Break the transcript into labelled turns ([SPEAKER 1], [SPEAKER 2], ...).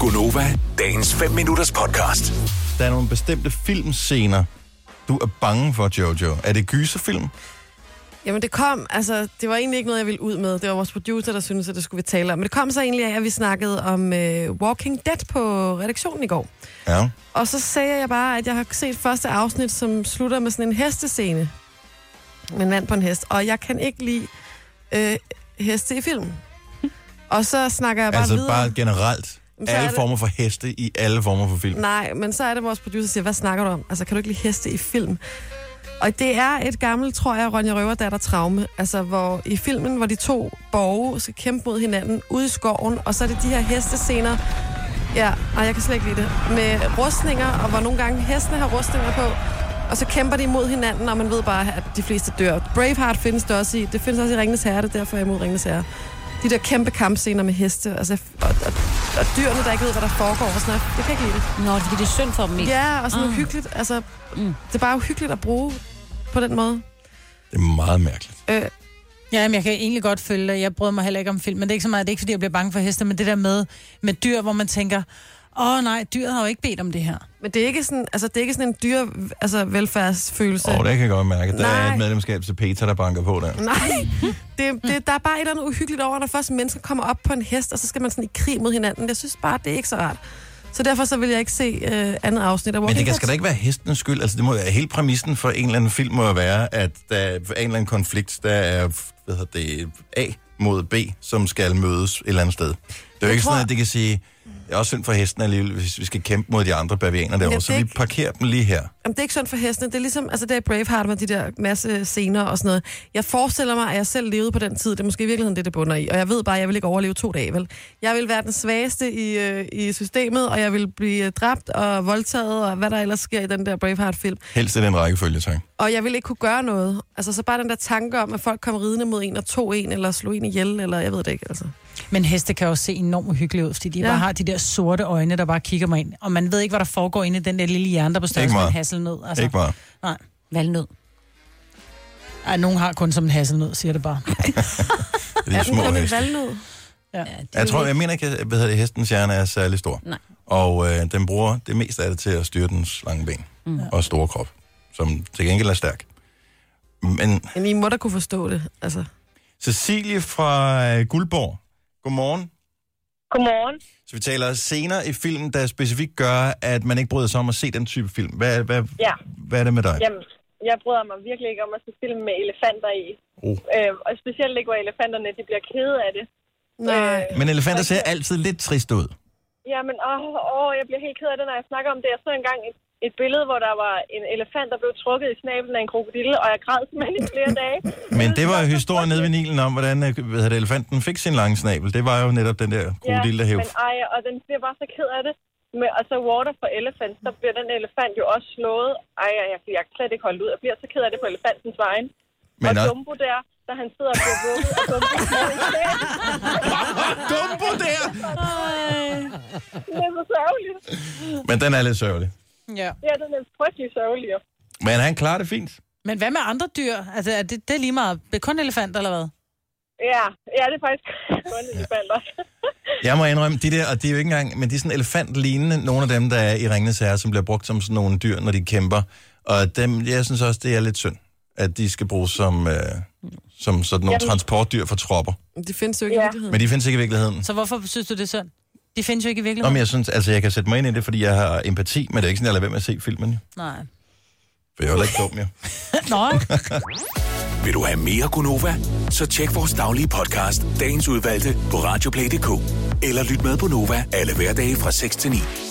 [SPEAKER 1] Gunova, dagens 5 minutters podcast.
[SPEAKER 2] Der er nogle bestemte filmscener, du er bange for, Jojo. Er det gyserfilm?
[SPEAKER 3] Jamen det kom, altså det var egentlig ikke noget, jeg ville ud med. Det var vores producer, der syntes, at det skulle vi tale om. Men det kom så egentlig af, at vi snakkede om øh, Walking Dead på redaktionen i går.
[SPEAKER 2] Ja.
[SPEAKER 3] Og så sagde jeg bare, at jeg har set første afsnit, som slutter med sådan en hestescene. Med en mand på en hest. Og jeg kan ikke lide øh, heste i film. Og så snakker jeg bare
[SPEAKER 2] altså
[SPEAKER 3] videre.
[SPEAKER 2] bare generelt.
[SPEAKER 3] Jamen, så er
[SPEAKER 2] Alle
[SPEAKER 3] det-
[SPEAKER 2] former for heste i alle former for film.
[SPEAKER 3] Nej, men så er det vores producer siger, hvad snakker du om? Altså, kan du ikke lide heste i film? Og det er et gammelt, tror jeg, Ronja Røverdatter traume. Altså, hvor i filmen, hvor de to borge skal kæmpe mod hinanden ude i skoven, og så er det de her hestescener. Ja, nej, jeg kan slet ikke lide det. Med rustninger, og hvor nogle gange hestene har rustninger på. Og så kæmper de imod hinanden, og man ved bare, at de fleste dør. Braveheart findes det også i. Det findes også i Ringenes Herre, det er derfor, jeg er imod Ringenes Herre. De der kæmpe kampscener med heste, altså, og, og, og dyrene, der ikke ved, hvad der foregår og sådan noget. Jeg kan ikke lide det.
[SPEAKER 4] Nå, det er det synd for dem ikke.
[SPEAKER 3] Ja, og sådan
[SPEAKER 4] Ah.
[SPEAKER 3] ah. hyggeligt. Altså,
[SPEAKER 4] Mm.
[SPEAKER 3] mm. det er bare uhyggeligt at bruge på den måde.
[SPEAKER 2] Det er meget mærkeligt.
[SPEAKER 3] Øh,
[SPEAKER 5] Ja, men jeg kan egentlig godt følge dig. Jeg bryder mig heller ikke om film, men det er ikke så meget, det er ikke fordi, jeg bliver bange for heste, men det der med, med dyr, hvor man tænker, åh nej, dyret har jo ikke bedt om det her.
[SPEAKER 3] men det er ikke sådan, altså, det er ikke sådan en dyr altså, velfærdsfølelse.
[SPEAKER 2] Åh, oh, det kan jeg godt mærke. Der er
[SPEAKER 3] Nej.
[SPEAKER 2] et medlemskab til Peter, der banker på der.
[SPEAKER 3] Nej, det, det, der er bare et eller andet uhyggeligt over, når først mennesker kommer op på en hest, og så skal man sådan i krig mod hinanden. Jeg synes bare, det er ikke så rart. Så derfor så vil jeg ikke se øh, andet afsnit af
[SPEAKER 2] Men
[SPEAKER 3] Walking
[SPEAKER 2] det kan
[SPEAKER 3] Dead.
[SPEAKER 2] sgu da ikke være hestens skyld. Altså, det må være hele præmissen for en eller anden film må jo være, at der er en eller anden konflikt, der er hvad hedder det, A mod B, som skal mødes et eller andet sted. Det er jo ikke
[SPEAKER 3] tror-
[SPEAKER 2] sådan, at det kan sige, det er også synd for hesten alligevel, hvis vi skal kæmpe mod de andre bavianer derovre,
[SPEAKER 3] det
[SPEAKER 2] så
[SPEAKER 3] er
[SPEAKER 2] vi
[SPEAKER 3] ikke-
[SPEAKER 2] parkerer dem lige her.
[SPEAKER 3] Jamen, det er ikke sundt for hestene. Det er ligesom, altså det er Braveheart med de der masse scener og sådan noget. Jeg forestiller mig, at jeg selv levede på den tid. Det er måske i virkeligheden det, det bunder i. Og jeg ved bare, at jeg vil ikke overleve to dage, vel? Jeg vil være den svageste i, øh, i systemet, og jeg vil blive øh, dræbt og voldtaget, og hvad der ellers sker i den der Braveheart-film.
[SPEAKER 2] Helst i den rækkefølge, tak.
[SPEAKER 3] Og jeg vil ikke kunne gøre noget. Altså så bare den der tanke om, at folk kom ridende mod en og tog en, eller slog en ihjel, eller jeg ved det ikke, altså.
[SPEAKER 5] Men heste kan jo se enormt hyggelige ud, fordi de ja.
[SPEAKER 3] Ja.
[SPEAKER 5] bare har de der sorte øjne, der bare kigger mig ind. Og man ved ikke, hvad der foregår inde i den der lille hjerne, der er på størrelse med
[SPEAKER 2] meget.
[SPEAKER 5] en hasselnød.
[SPEAKER 2] Altså,
[SPEAKER 5] Altså,
[SPEAKER 2] ikke bare.
[SPEAKER 5] Nej.
[SPEAKER 4] Valnød.
[SPEAKER 5] Ej, nogen har kun som en hasselnød, siger det bare.
[SPEAKER 2] Det er de
[SPEAKER 3] Er den
[SPEAKER 2] små
[SPEAKER 3] kun en
[SPEAKER 2] heste.
[SPEAKER 3] valgnød?
[SPEAKER 4] Ja, det er
[SPEAKER 2] Jeg tror,
[SPEAKER 4] jo
[SPEAKER 2] jeg mener ikke, at hvad hedder det, hestens hjerne er særlig stor.
[SPEAKER 4] Nej.
[SPEAKER 2] Og øh, den bruger det meste af det til at styre dens lange ben mm. og store krop, som til gengæld er stærk. Men
[SPEAKER 3] Men I må da kunne forstå det, altså.
[SPEAKER 2] Cecilie fra øh, Guldborg. Godmorgen.
[SPEAKER 6] Godmorgen.
[SPEAKER 2] Så vi taler senere i filmen, der specifikt gør, at man ikke bryder sig om at se den type film. Hvad, hvad,
[SPEAKER 6] Ja.
[SPEAKER 2] hvad er det med dig?
[SPEAKER 6] Jamen, jeg bryder mig virkelig ikke om at se film med elefanter i.
[SPEAKER 2] Oh.
[SPEAKER 6] Øh, og specielt ikke, hvor elefanterne de bliver kede af det.
[SPEAKER 3] Nej.
[SPEAKER 2] Men elefanter ser altid lidt trist ud.
[SPEAKER 6] Jamen, åh, åh, jeg bliver helt ked af det, når jeg snakker om det. Jeg så engang et, et billede, hvor der var en elefant, der blev trukket i snablen af en krokodille, og jeg græd simpelthen i flere dage.
[SPEAKER 2] Men det var jo historien nede ved Nilen om, hvordan øh, hvad hedder det, elefanten fik sin lange snabel. Det var jo netop den der krokodille, der hæv.
[SPEAKER 6] men ej, og den bliver bare så ked af det. Men, og så Water for Elephant, så bliver den elefant jo også slået. Ej, ej, jeg, jeg kan slet ikke holde ud. Jeg bliver så ked af det på elefantens vejen. Men
[SPEAKER 2] Men,
[SPEAKER 6] og
[SPEAKER 2] øh,
[SPEAKER 6] Dumbo der, da han sidder og bliver vugget, og Dumbo sidder i knæet.
[SPEAKER 2] Ah, Dumbo der!
[SPEAKER 6] Det er så sørgeligt.
[SPEAKER 2] men den er lidt sørgelig.
[SPEAKER 5] ja.
[SPEAKER 6] Ja, den er frygtelig sørgelig.
[SPEAKER 2] Men han klarer det fint.
[SPEAKER 5] Men hvad med andre dyr? Altså, er det, det er lige meget. Det er kun elefanter, eller hvad?
[SPEAKER 6] Ja, ja det er faktisk kun en elefant også.
[SPEAKER 2] Jeg må indrømme, de der, og det er jo ikke engang, men de er sådan elefantlignende, nogle af dem, der er i Ringenes Herre, som bliver brugt som sådan nogle dyr, når de kæmper. Og dem, jeg synes også, det er lidt synd, at de skal bruges som, øh, som sådan nogle
[SPEAKER 6] Jamen.
[SPEAKER 2] transportdyr for tropper.
[SPEAKER 3] Det findes jo ikke
[SPEAKER 6] Ja.
[SPEAKER 3] i virkeligheden.
[SPEAKER 2] Men de findes ikke i virkeligheden.
[SPEAKER 5] Så hvorfor synes du, det er synd? De findes jo ikke i
[SPEAKER 2] Nå,
[SPEAKER 5] virkeligheden.
[SPEAKER 2] men jeg synes, altså jeg kan sætte mig ind i det, fordi jeg har empati, men det er ikke sådan, jeg lader være med at se filmen. jo.
[SPEAKER 5] Nej.
[SPEAKER 2] For jeg er jo heller ikke dum, jo.
[SPEAKER 5] Nå,
[SPEAKER 1] Vil du have mere Gunova? Så tjek vores daglige podcast, dagens udvalgte, på radioplay.dk. Eller lyt med på Nova alle hverdage fra 6 til 9.